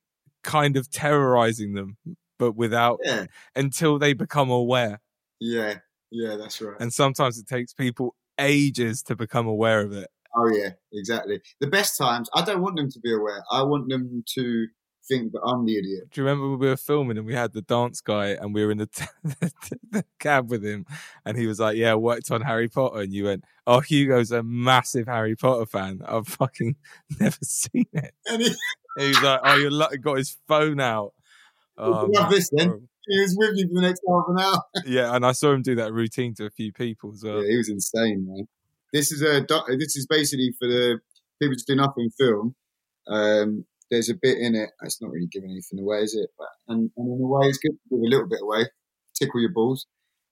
S4: kind of terrorizing them, but without
S6: Yeah,
S4: until they become aware.
S6: yeah, yeah. That's right.
S4: And sometimes it takes people ages to become aware of it.
S6: Oh yeah, exactly. The best times, I don't want them to be aware. I want them to think that I'm the idiot. (laughs)
S4: Do you remember when we were filming and we had the dance guy and we were in the, t- (laughs) the cab with him and he was like, "Yeah, I worked on Harry Potter," and you went, "Oh, Hugo's a massive Harry Potter fan. I've fucking (laughs) never seen it."
S6: And he,
S4: And he was like, "Oh, you lucky got his phone out." Oh,
S6: Love
S4: man,
S6: this then.
S4: horrible.
S6: he was with you for the next half an hour.
S4: yeah, and I saw him do that routine to a few people as well.
S6: Yeah, he was insane, man. This is a doc- this is basically for the people to do nothing film. Um, there's a bit in it. It's not really giving anything away, is it? But, and, and in a way, it's good to give a little bit away. Tickle your balls.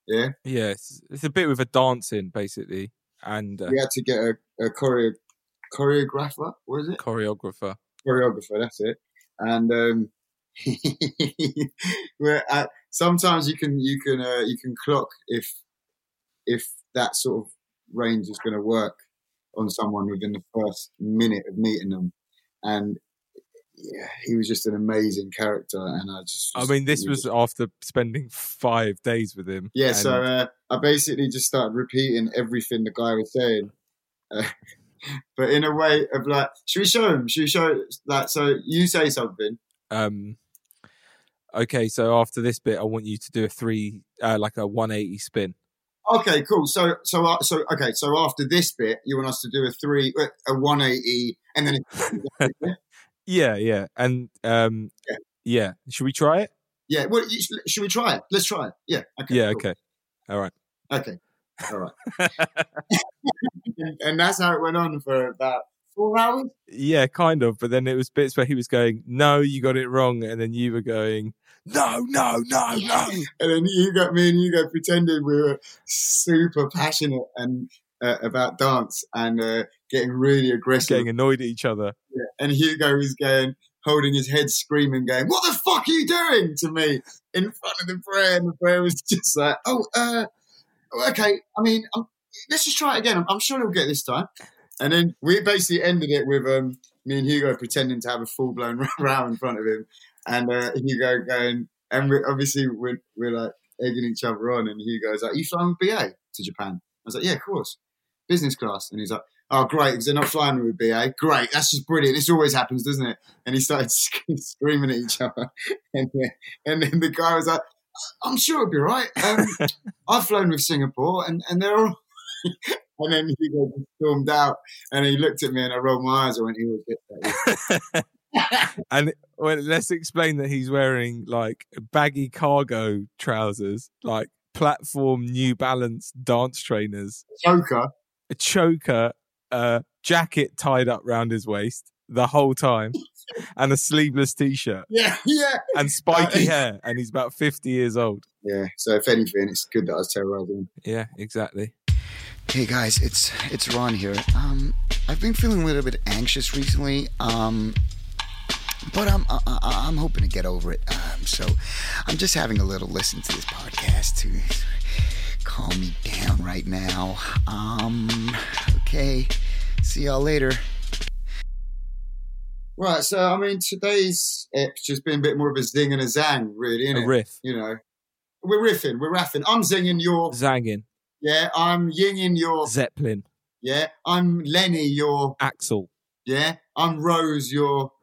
S6: Yeah,
S4: Yeah, it's, it's a bit with a dance in basically, and uh,
S6: we had to get a, a choreo- choreographer. Was it?
S4: choreographer.
S6: choreographer. That's it. And um, (laughs) we're at, sometimes you can you can uh, you can clock if if that sort of range is going to work on someone within the first minute of meeting them. And yeah, he was just an amazing character, and I just.
S4: I mean, this was after spending five days with him.
S6: Yeah,
S4: and-
S6: so uh, I basically just started repeating everything the guy was saying, uh, (laughs) but in a way of like, should we show him? Should we show like? So you say something,
S4: um, okay, so after this bit, I want you to do a three, uh, like a one eighty spin.
S6: Okay, cool. So, so, uh, so, okay. So after this bit, you want us to do a three, uh, a one eighty, and then
S4: Yeah, yeah, and um,
S6: Yeah.
S4: yeah. Should we try it?
S6: yeah. What you- should- should we try it? Let's try it. Yeah. Okay.
S4: yeah,
S6: cool.
S4: okay. All right.
S6: Okay. All right.
S4: (laughs)
S6: and that's how it went on for about four hours.
S4: Yeah, kind of. But then it was bits where he was going, "No, you got it wrong," and then you were going, "No, Oh, no, no, no."
S6: And then you got me and you got pretended we were super passionate and uh, about dance and uh, getting really aggressive.
S4: Getting annoyed at each other.
S6: and Hugo was going, holding his head, screaming, going, "What the fuck are you doing to me?" in front of the prayer, and the prayer was just like, "Oh, uh, okay. I mean, um let's just try it again. I'm, I'm sure he'll get this time." And then we basically ended it with um, me and Hugo pretending to have a full blown (laughs) row in front of him, and uh, Hugo going, and we, obviously we're, we're like egging each other on, and Hugo's like, "You flying with BA to Japan?" I was like, "Yeah, of course, business class," and he's like. Oh, great, because they're not flying with BA. Great, that's just brilliant. This always happens, doesn't it? And he started (laughs) sc- screaming at each other. (laughs) And, then- and then the guy was like, I'm sure it'll be all right.
S4: (laughs)
S6: Um, I've flown with Singapore and, and they're all. (laughs) and then he got stormed out and he looked at me and I rolled my eyes. I went, he will get that.
S4: Well, let's explain that he's wearing like baggy cargo trousers, like platform New Balance dance trainers,
S6: (laughs) Joker.
S4: a choker, a jacket tied up round his waist, the whole time, and a sleeveless t-shirt
S6: Yeah, yeah.
S4: and spiky hair, and he's about fifty years old.
S6: Yeah. So if anything, it's good that I was terrorizing.
S4: Yeah, exactly.
S1: Hey guys, it's it's Ron here. Um, I've been feeling a little bit anxious recently. Um, but I'm I, I- I'm hoping to get over it. Um, so I'm just having a little listen to this podcast to calm me down right now. Um, okay. See y'all later.
S6: Right. So I mean, today's ep's just been a bit more of a zing and a zang, really,
S4: A
S6: isn't it?
S4: riff,
S6: You know, we're riffing, we're raffing. I'm zinging your,
S4: zanging,
S6: yeah. I'm yinging your,
S4: Zeppelin,
S6: yeah. I'm Lenny your,
S4: Axel,
S6: yeah. I'm Rose your.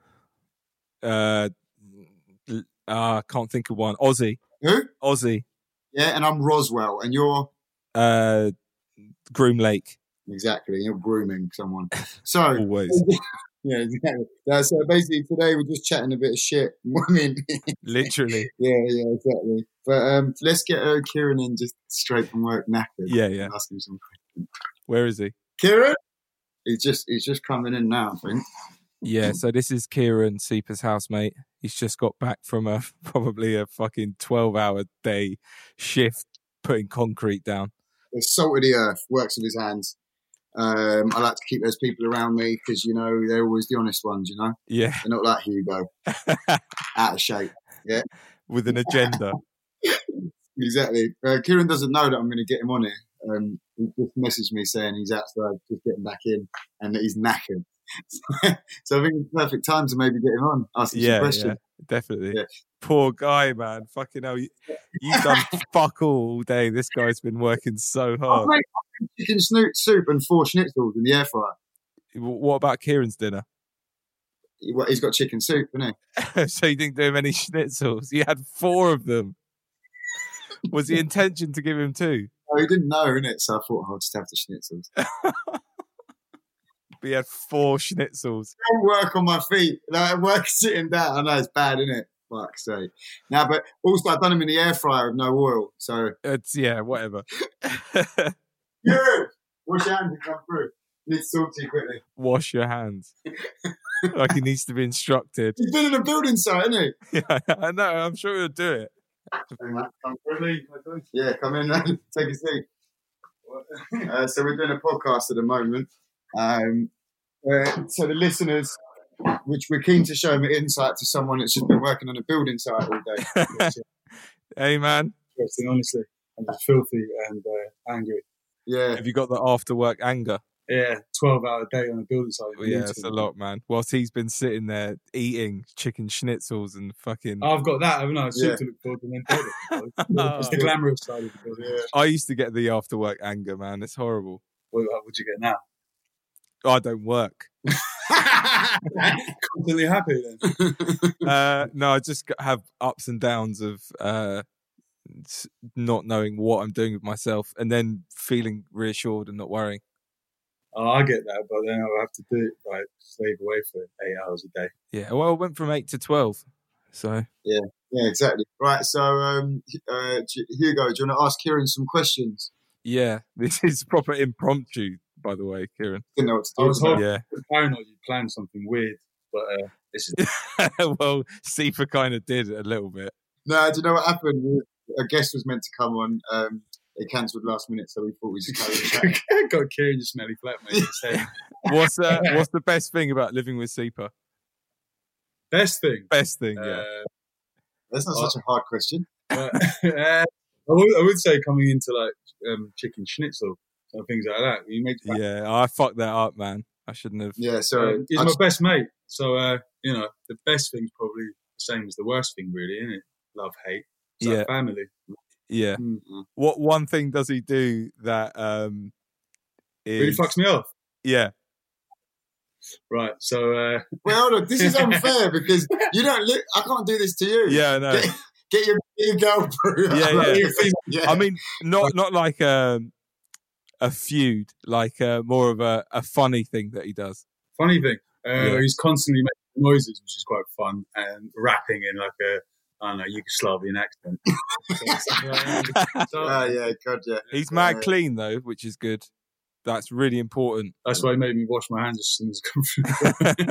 S4: uh, l- uh can't think of one. Aussie,
S6: Who?
S4: Aussie,
S6: Yeah, and I'm Roswell, and you're
S4: uh, Groom Lake,
S6: exactly you're grooming someone. So
S4: always
S6: (laughs) yeah, exactly. Yeah, so basically today we're just chatting a bit of shit, (laughs) women. yeah,
S4: literally.
S6: yeah, exactly. But um, let's get uh, Kieran in just straight from work knackered.
S4: Yeah, yeah.
S6: Ask him some.
S4: Where is he?
S6: Kieran, he's just he's just coming in now. I think. (clears throat)
S4: Yeah, so this is Kieran Seeper's housemate. He's just got back from a (laughs) probably a fucking twelve hour day shift putting concrete down.
S6: The salt of the earth works with his hands. Um, I like to keep those people around me because you know they're always the honest ones. You know
S4: Yeah,
S6: they're not like
S4: (laughs)
S6: Hugo, out of shape.
S4: with an agenda.
S6: Exactly. Uh, Kieran doesn't know that I'm going to get him on here. Um, he just messaged me saying he's outside, just getting back in, and that he's knackered. (laughs) so I think it's perfect time to maybe get him on, ask him
S4: yeah,
S6: some questions.
S4: yeah, definitely.
S6: Yeah.
S4: Poor guy, man. Fucking hell, you, you've
S6: (laughs)
S4: done fuck all day. This guy's been working so
S6: Oh,
S4: hard.
S6: mate, I've got chicken snoot soup and four schnitzels in the air fryer.
S4: W- What about Kieran's dinner? (laughs)
S6: He- well, He's got chicken soup, isn't
S4: so you didn't do him any (laughs) schnitzels. You had four of them. Was the intention to give him two?
S6: he? Oh, he didn't know, innit? So I thought "Oh, I'll just have the schnitzels.
S4: But you had four schnitzels.
S6: don't work on my feet. Like, work (laughs) sitting down. I know it's bad, isn't it? Fuck's sake. Now, but also, I've done him in the air fryer with no oil. So,
S4: It's Uh, yeah, whatever. (laughs)
S6: yeah, wash your hands and come through. Need to talk to you quickly.
S4: Wash your hands. like he needs to be instructed. (laughs)
S6: He's been in a building site, hasn't he?
S4: Yeah, I know. I'm sure he'll do it.
S6: Yeah, come in and (laughs) take a seat. Uh, so we're doing a podcast at the moment. Um, uh, so the listeners, which we're keen to show them an insight to someone that's just been working on a building site all day. It's
S4: Hey man,
S6: interesting, honestly. I'm just filthy and uh, angry. Yeah,
S4: have you got the after work anger?
S6: yeah. Twelve hour day on a building site.
S4: Well, yeah, it's a lot, man. Whilst he's been sitting there eating chicken schnitzels and fucking.
S6: Ah.
S11: I've got that, haven't I? Soup
S6: Yeah.
S11: to look forward to
S6: (laughs)
S11: and then build it.
S4: Oh.
S11: It's the glamorous side of the building.
S4: I used to get the after work anger, man. It's horrible. Oh,
S11: What, what would you get
S6: (laughs)
S11: now?
S4: I don't work.
S11: Constantly happy then.
S4: uh, no, I just g- have ups and downs of uh, s- not knowing what I'm doing with myself and then feeling reassured and not worrying.
S11: Oh, I get that, but then I'll have to do it like slave away for eight hours a day.
S4: Yeah, well, I went from eight to twelve, so
S6: Yeah, exactly. Right. So, um, uh, J- Hugo, do you want to ask Kieran some questions?
S4: yeah, (laughs) this is proper impromptu, by the way, Kieran.
S6: Didn't know what to
S11: I
S6: do.
S11: was hoping
S4: Yeah,
S11: paranoid you planned something weird, but uh, this is
S4: (laughs) well, Sifa kind of did a little bit.
S6: No, do you know what happened? A guest was meant to come on. Um, they cancelled last minute, so we thought we'd just carry on
S11: (laughs)
S6: chatting.
S11: got Kieran your smelly flatmate.
S6: (laughs)
S11: instead. (laughs)
S4: What's uh, what's the best thing about living with Sipa?
S11: Best thing.
S4: Best thing, yeah.
S11: Uh,
S6: That's not such a hard question.
S11: but, (laughs) uh, I, would, I would say coming into like um, chicken schnitzel and things like that. You make that
S4: yeah, I fucked that up, man. I shouldn't have.
S6: Yeah, so
S11: Um, he's
S6: I
S11: my
S6: just-
S11: best mate. So, uh, you know, the best thing's probably the same as the worst thing, really, isn't it? Love, hate. It's like
S4: Yeah.
S11: family. Hmm.
S4: Yeah.
S6: Mm.
S4: What one thing does he do that um is
S11: Really fucks me off.
S4: yeah
S11: Right. So,
S6: (laughs)
S11: uh,
S6: Wait, hold on. This is unfair because you don't. Li- I can't do this to you.
S4: yeah
S11: (laughs)
S4: I know.
S6: Get, get your get your girl through. (laughs)
S4: Yeah, yeah.
S6: Your female- yeah.
S4: I mean, not not like um a feud, like uh, more of a, a funny thing that he does.
S11: funny thing, uh,
S4: Yeah.
S11: he's constantly making noises, which is quite fun, and rapping in like a, I don't know, Yugoslavian
S1: (laughs)
S11: accent. so,
S1: Ah,
S6: Oh, yeah, God, yeah.
S4: He's
S6: Yeah.
S4: mad clean though, which is good. That's really important.
S11: that's why he made me (laughs) wash my hands as soon as I come through.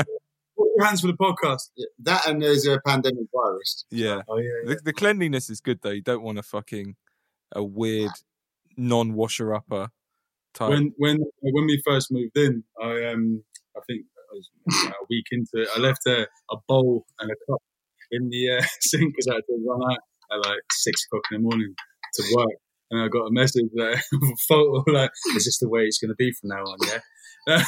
S6: your hands for the podcast.
S1: That and there's a pandemic virus.
S4: Yeah.
S6: Oh yeah, yeah.
S4: The, the cleanliness is good though. You don't want a fucking a weird non washer upper type.
S6: When when when we first moved in, I um I think I was about a week into it. I left a, a bowl and a cup in the uh, (laughs) sink because I had to run out at like six o'clock in the morning to work, and I got a message (laughs) like photo like is this the way it's going to be from now on? Yeah. (laughs)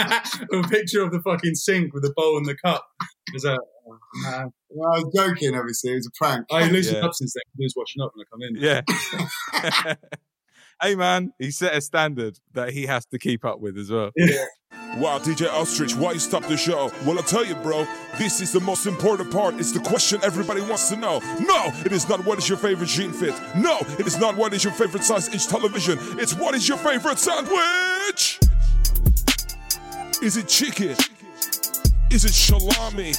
S6: a picture of the fucking sink with the bowl and the cup. It's like, oh, man.
S1: Well, I was joking, obviously. It was a prank.
S6: I loosened
S4: Yeah.
S6: up since then. I was washing up when I come in.
S4: yeah. (laughs) hey man, he set a standard that he has to keep up with as well.
S5: Wow, DJ Ostrich, why you stop the show? Well, I tell you, bro, this is the most important part. It's the question everybody wants to know. No, it is not what is your favorite jean fit. No, it is not what is your favorite size inch television. It's what is your favorite sandwich? Is it chicken? Is it salami?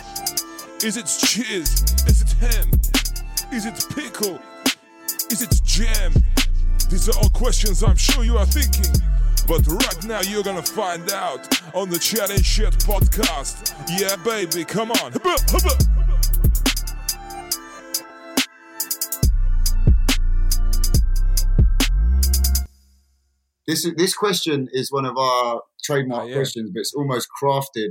S5: Is it cheese? Is it ham? Is it pickle? Is it jam? These are all questions I'm sure you are thinking. But right now you're gonna find out on the Challenge Shit podcast. Yeah, baby, come on. Hubba, hubba.
S1: This this question is one of our trademark
S4: Oh, yeah.
S1: questions, but it's almost crafted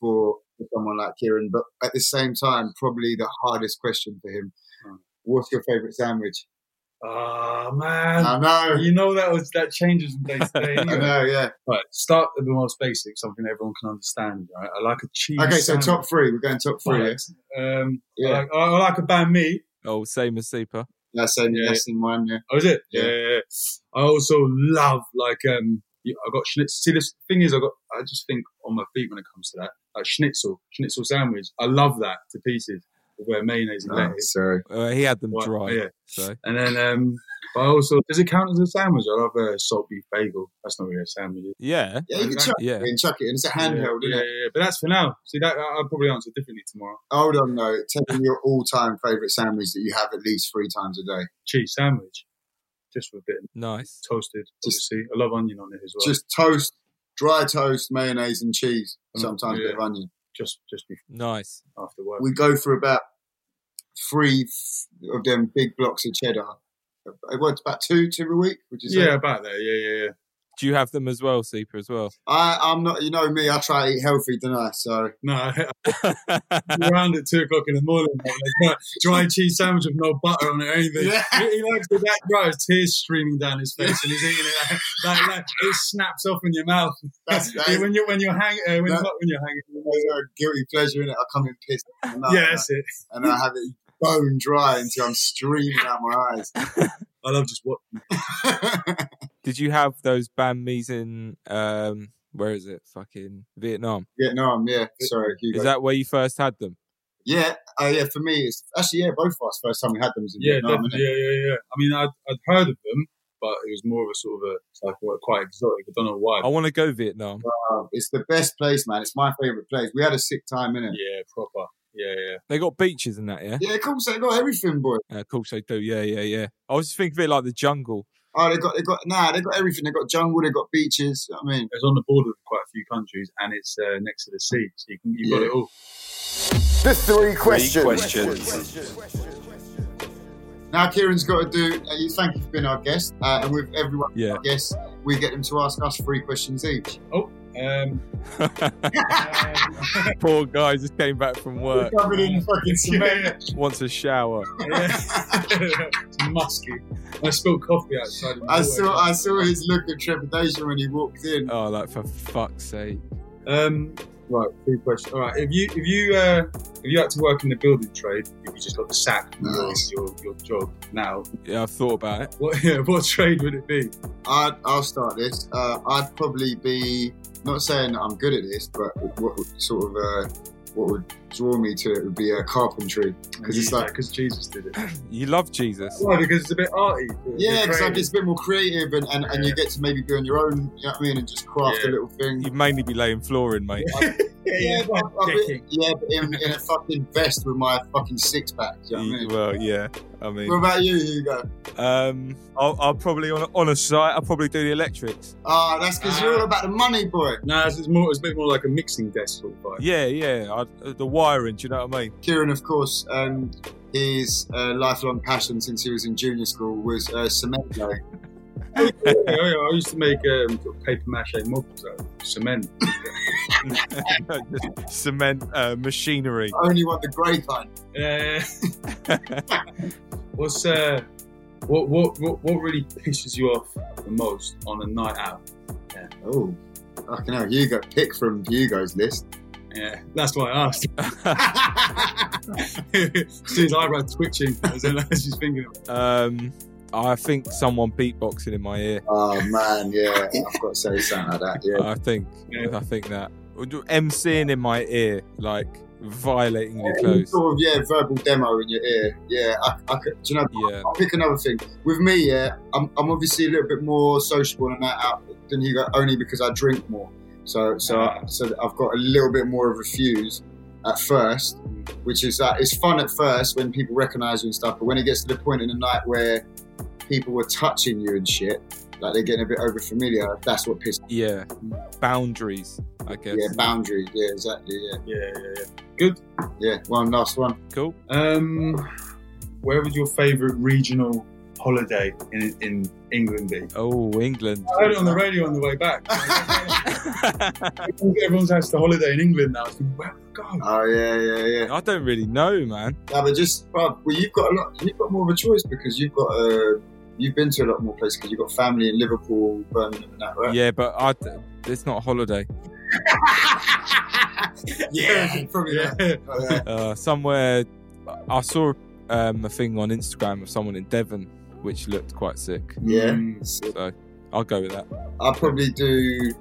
S1: for someone like Kieran, but at the same time, probably the hardest question for him. What's your favourite sandwich?
S6: Oh man.
S1: I know.
S6: You know that was that changes from day to
S1: (laughs)
S6: day.
S1: I
S6: Anyway.
S1: know, yeah.
S6: right, start with the most basic, something everyone can understand. Right, I like a cheese.
S1: Okay, so
S6: sandwich.
S1: top three. We're going top three.
S6: Right.
S1: Yeah.
S6: Um,
S1: Yeah.
S6: I, like, I like a banh mi.
S4: Oh, same as Sepa.
S1: That's in,
S6: Yeah.
S1: that's in one. Yeah.
S6: Oh, is it?
S1: Yeah.
S6: yeah. I also love like um. you- I got schnitzel. See, this thing is, I got. I just think on my feet when it comes to that. Like schnitzel, schnitzel sandwich. I love that to pieces with uh, mayonnaise and
S1: Oh,
S6: lettuce.
S1: sorry.
S4: Uh, he had them
S6: What-
S4: dry.
S6: yeah.
S4: So
S6: And then, um, but I also does it count as a sandwich? I love a salt beef bagel. That's not really a sandwich. is it?
S4: yeah.
S1: Yeah, you can chuck
S4: Yeah.
S1: it in, chuck it in. It's a handheld,
S6: yeah,
S1: isn't
S6: yeah,
S1: it?
S6: yeah. But that's for now. See, that I- I'll probably answer differently tomorrow.
S1: Hold on, though. um, Tell me your all-time favourite sandwich that you have at least three times a day.
S6: Cheese sandwich, just with a bit of
S4: Nice.
S6: toasted.
S1: Just-
S6: obviously, I love onion on it as well. Just,
S1: Just toast, dry toast, mayonnaise and cheese,
S6: Mm,
S1: sometimes a bit of
S6: yeah.
S1: onion.
S6: just, just before
S4: Nice.
S6: after work.
S1: We go for about three f- of them big blocks of cheddar. It was about two, two a week, which is
S6: yeah, about that. Yeah, yeah, yeah.
S4: Do you have them as well, Sepa, as well?
S1: I, I'm not, you know me, I try to eat healthy, don't I? So
S6: No, I-
S1: (laughs)
S6: I'm around at two o'clock in the morning. I'm like, dry cheese sandwich with no butter on it or anything.
S1: Yeah.
S6: He, he likes it that dry. His tears streaming down his face, and he's eating
S1: (laughs)
S6: it. Like, like, like, it snaps off in your mouth.
S1: that's, that's
S6: when you when you're hang uh, when,
S1: That-
S6: not when you're hanging.
S1: a guilty pleasure in it. I come in
S6: (laughs)
S1: pissed. And I-
S6: yeah, that's it.
S1: And I have it bone dry until I'm streaming out my eyes.
S6: (laughs) I love just what
S4: Did you have those banh mi's in um where is it? Fucking Vietnam.
S1: Vietnam, (laughs) yeah. Sorry, Hugo.
S4: Is that where you first had them?
S1: yeah, uh, yeah. For me, it's actually yeah. Both of us first time we had them was in
S6: Yeah,
S1: Vietnam.
S6: definitely.
S1: innit?
S6: Yeah, yeah, yeah. I mean, I'd, I'd heard of them, but it was more of a sort of a it's like what, quite exotic. I don't know why.
S4: I want to go Vietnam.
S1: Uh, it's the best place, man. It's my favorite place. We had a sick time in it.
S6: yeah, proper. Yeah, yeah.
S4: They got beaches and that, yeah?
S1: Yeah, cool. So they got everything, boy.
S4: Uh, of course they do. Yeah, yeah, yeah. I was thinking of it like the jungle.
S1: Oh, they got they got nah, they got everything. They got jungle. They got beaches. you know what I mean,
S6: It's on the border of quite a few countries, and it's uh, next to the sea, so you can, you've got
S1: Yeah.
S6: it all.
S12: The three questions.
S1: now Kieran's got to do. Uh, you thank you for being our guest, uh, and with everyone,
S4: Yeah.
S6: (laughs)
S1: our guest, we get them to ask us three questions each. (laughs)
S6: Um,
S4: Poor guy just came back from work,
S1: Covered in fucking cement.
S4: wants a shower.
S6: yeah. (laughs) it's musky. I spilled coffee outside. in the
S1: I
S6: hallway.
S1: saw I saw his look of trepidation when he walked in.
S4: Oh, like for fuck's sake.
S6: Um, right, three questions. All right, if you if you uh, if you had to work in the building trade, if you just got the sack from your,
S1: Nice.
S6: your your job now,
S4: Yeah, I've thought about it.
S6: what (laughs) yeah, what trade would it be?
S1: I'd, I'll start this. Uh, I'd probably be not saying that I'm good at this, but what would sort of uh, what would
S6: draw me to it would be uh, carpentry because it's like
S11: because Jesus did it.
S4: You love Jesus.
S11: Why? Because it's a bit arty.
S6: yeah, because like
S11: creative.
S6: it's a bit more creative and, and, and you get to maybe be on your own. You know what I mean? And just craft
S11: Yeah.
S6: a little thing.
S4: You'd mainly be laying flooring, mate.
S6: Yeah, but, I've been,
S11: decking.
S6: yeah, but in, in a fucking vest with my fucking six pack. Do you know what I mean?
S4: well, yeah. I mean,
S6: What about you, Hugo?
S4: um, I'll, I'll probably on a, on a site. I'll probably do the electrics.
S6: Ah, that's because you're all about the money, boy.
S11: No, it's, it's more. It's a bit more like a mixing desk sort of vibe.
S4: Yeah, yeah. I, the wiring. Do you know what I mean? (laughs)
S6: Kieran, of course, um, his uh, lifelong passion since he was in junior school was
S11: (laughs)
S6: uh, cement. laying.
S11: Yeah, yeah, I used to make um, sort of paper mache models out of cement.
S4: Just cement uh, machinery.
S6: I only want the grey kind.
S11: Uh, (laughs) what's uh, what, what what what really pisses you off the most on a night out?
S6: Oh, fucking hell, Hugo, pick from Hugo's list.
S11: Yeah, that's why I asked. (laughs) His eyebrow twitching as I was just thinking. Of it.
S4: Um, I think someone beatboxing in my ear.
S6: Oh man, yeah, I've got to say something like that. Yeah,
S4: (laughs) I think.
S11: Yeah.
S4: I think that. Or do- MCing in my ear, like violating your
S6: Any
S4: clothes.
S6: sort of yeah verbal demo in your ear. Yeah, I, I could. Do you know?
S4: Yeah.
S6: I'll pick another thing. With me, yeah, I'm, I'm obviously a little bit more sociable and that out than you got only because I drink more. So so so I've got a little bit more of a fuse at first, which is that it's fun at first when people recognise you and stuff, but when it gets to the point in the night where people were touching you and shit, like they're getting a bit over familiar, that's what pisses.
S4: Yeah. Boundaries, I guess.
S6: Yeah, boundaries. Yeah, exactly. Yeah,
S11: Yeah, yeah, yeah. Good.
S6: yeah. One last one.
S4: Cool.
S11: Um, where would your favourite regional holiday in in England be?
S4: Oh, England.
S11: I heard it on the radio on the way
S6: (laughs)
S11: back. Everyone's has the holiday in England now. It's like, Where would I go?
S6: Oh yeah, yeah, yeah.
S4: (laughs) I don't really know, man.
S6: No, but just bruv, well, you've got a lot. You've got more of a choice because you've got uh, you've been to a lot more places because you've got family in Liverpool, Birmingham, and that, right?
S4: Yeah, but I, it's not a holiday.
S6: (laughs) yeah, probably. Yeah.
S11: Yeah.
S6: Oh,
S11: (laughs)
S6: yeah.
S4: Uh, somewhere, I saw um, a thing on Instagram of someone in Devon, which looked quite sick.
S6: Yeah.
S11: Mm.
S4: So I'll go with that.
S6: I'll probably do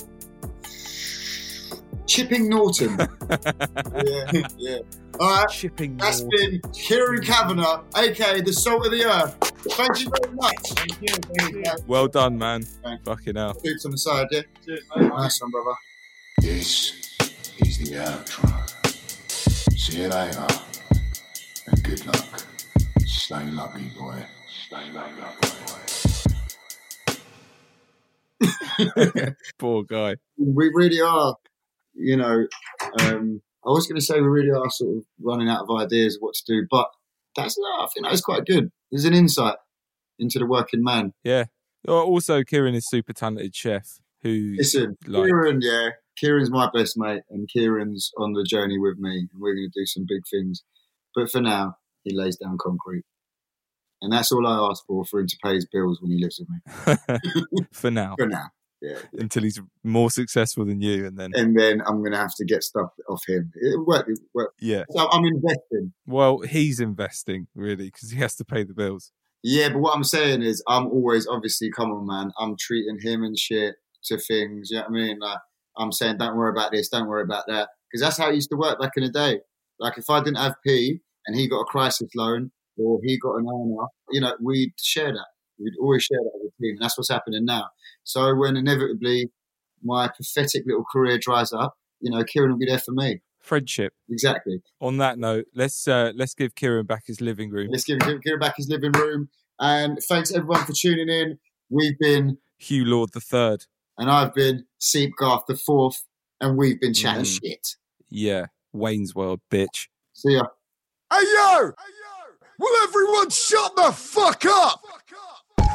S6: Chipping Norton. yeah, yeah. All right.
S4: Shipping.
S6: That's been Kieran Kavanagh, aka the Salt of the Earth. Thank you very much. Thank you. Thank you.
S4: Well done, man.
S6: Thank
S4: Fucking hell.
S6: Boots on the side, yeah. Nice one, brother.
S3: This is the outro. See you later. And good luck. Stay lucky, boy. Stay lucky, boy.
S4: Poor guy.
S6: (laughs) we really are, you know, um, I was going to say we really are sort of running out of ideas of what to do, but that's not, I think that's quite good. There's an insight into the working man.
S4: Yeah. Oh, Also, Kieran is super talented chef who
S6: Listen,
S4: like
S6: Kieran, yeah, Kieran's my best mate, and Kieran's on the journey with me, and we're going to do some big things. But for now, he lays down concrete. And that's all I ask for, for him to pay his bills when he lives with me.
S4: (laughs)
S6: (laughs)
S4: for now
S6: For now. Yeah.
S4: until he's more successful than you, and then
S6: And then I'm going to have to get stuff off him. It worked. It worked.
S4: yeah.
S6: So I'm investing.
S4: Well, he's investing really because he has to pay the bills.
S6: Yeah, but what I'm saying is, I'm always obviously, come on, man. I'm treating him and shit to things. You know what I mean? Like, I'm saying, don't worry about this, don't worry about that, because that's how it used to work back in the day. Like, if I didn't have P and he got a crisis loan or he got an owner, you know, we'd share that. We'd always share that with the team, and that's what's happening now. So when inevitably my pathetic little career dries up, you know, Kieran will be there for me.
S4: Friendship.
S6: Exactly.
S4: On that note, let's uh, let's give Kieran back his living room.
S6: Let's give, give, give him back his living room. And thanks everyone for tuning in. We've been
S4: Hugh Lord the Third.
S6: and I've been Seep Garth the fourth, and we've been chatting
S4: Mhm.
S6: shit.
S4: Yeah, Wayne's World, bitch.
S6: See ya.
S13: Hey yo! Will everyone shut the fuck up?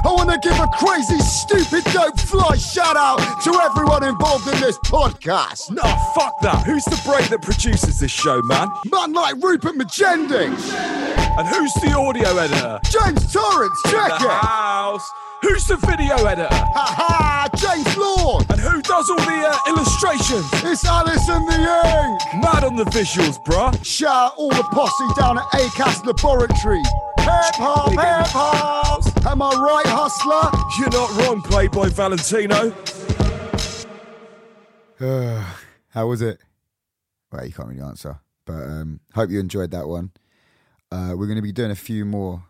S13: I want to give a crazy, stupid, dope fly shout out to everyone involved in this podcast.
S8: No, fuck that. Who's the brain that produces this show, man?
S13: Man like Rupert Magending,
S8: And who's the audio editor?
S13: James Torrance, check
S6: (laughs)
S13: it.
S8: house. Who's the video editor?
S13: Ha ha! James Lord,
S8: And who does all the uh, illustrations?
S13: it's Alison the Ink.
S8: Mad on the visuals, bruh.
S13: Shout out all the posse down at ACAS Laboratory. Hip hop, hip hop. Am I right, hustler?
S8: You're not wrong, Playboy Valentino.
S1: (sighs) How was it? Well, you can't really answer. But um, hope you enjoyed that one. Uh, we're going to be doing a few more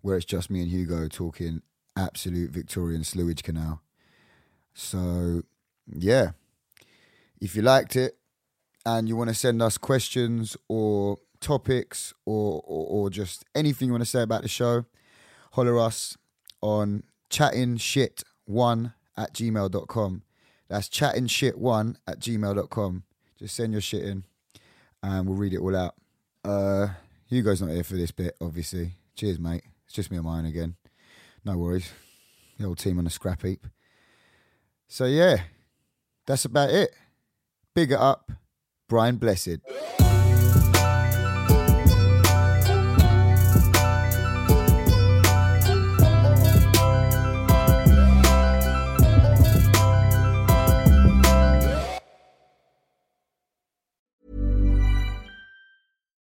S1: where it's just me and Hugo talking absolute Victorian sewage canal. So, yeah, if you liked it and you want to send us questions or topics or, or, or just anything you want to say about the show, holler us on chattingshit1 at gmail.com. That's chattingshit1 at gmail.com. Just send your shit in and we'll read it all out. Uh, Hugo's not here for this bit, obviously. Cheers, mate. It's just me and mine again. No worries. The old team on the scrap heap. So, yeah, that's about it. Big it up, Brian Blessed.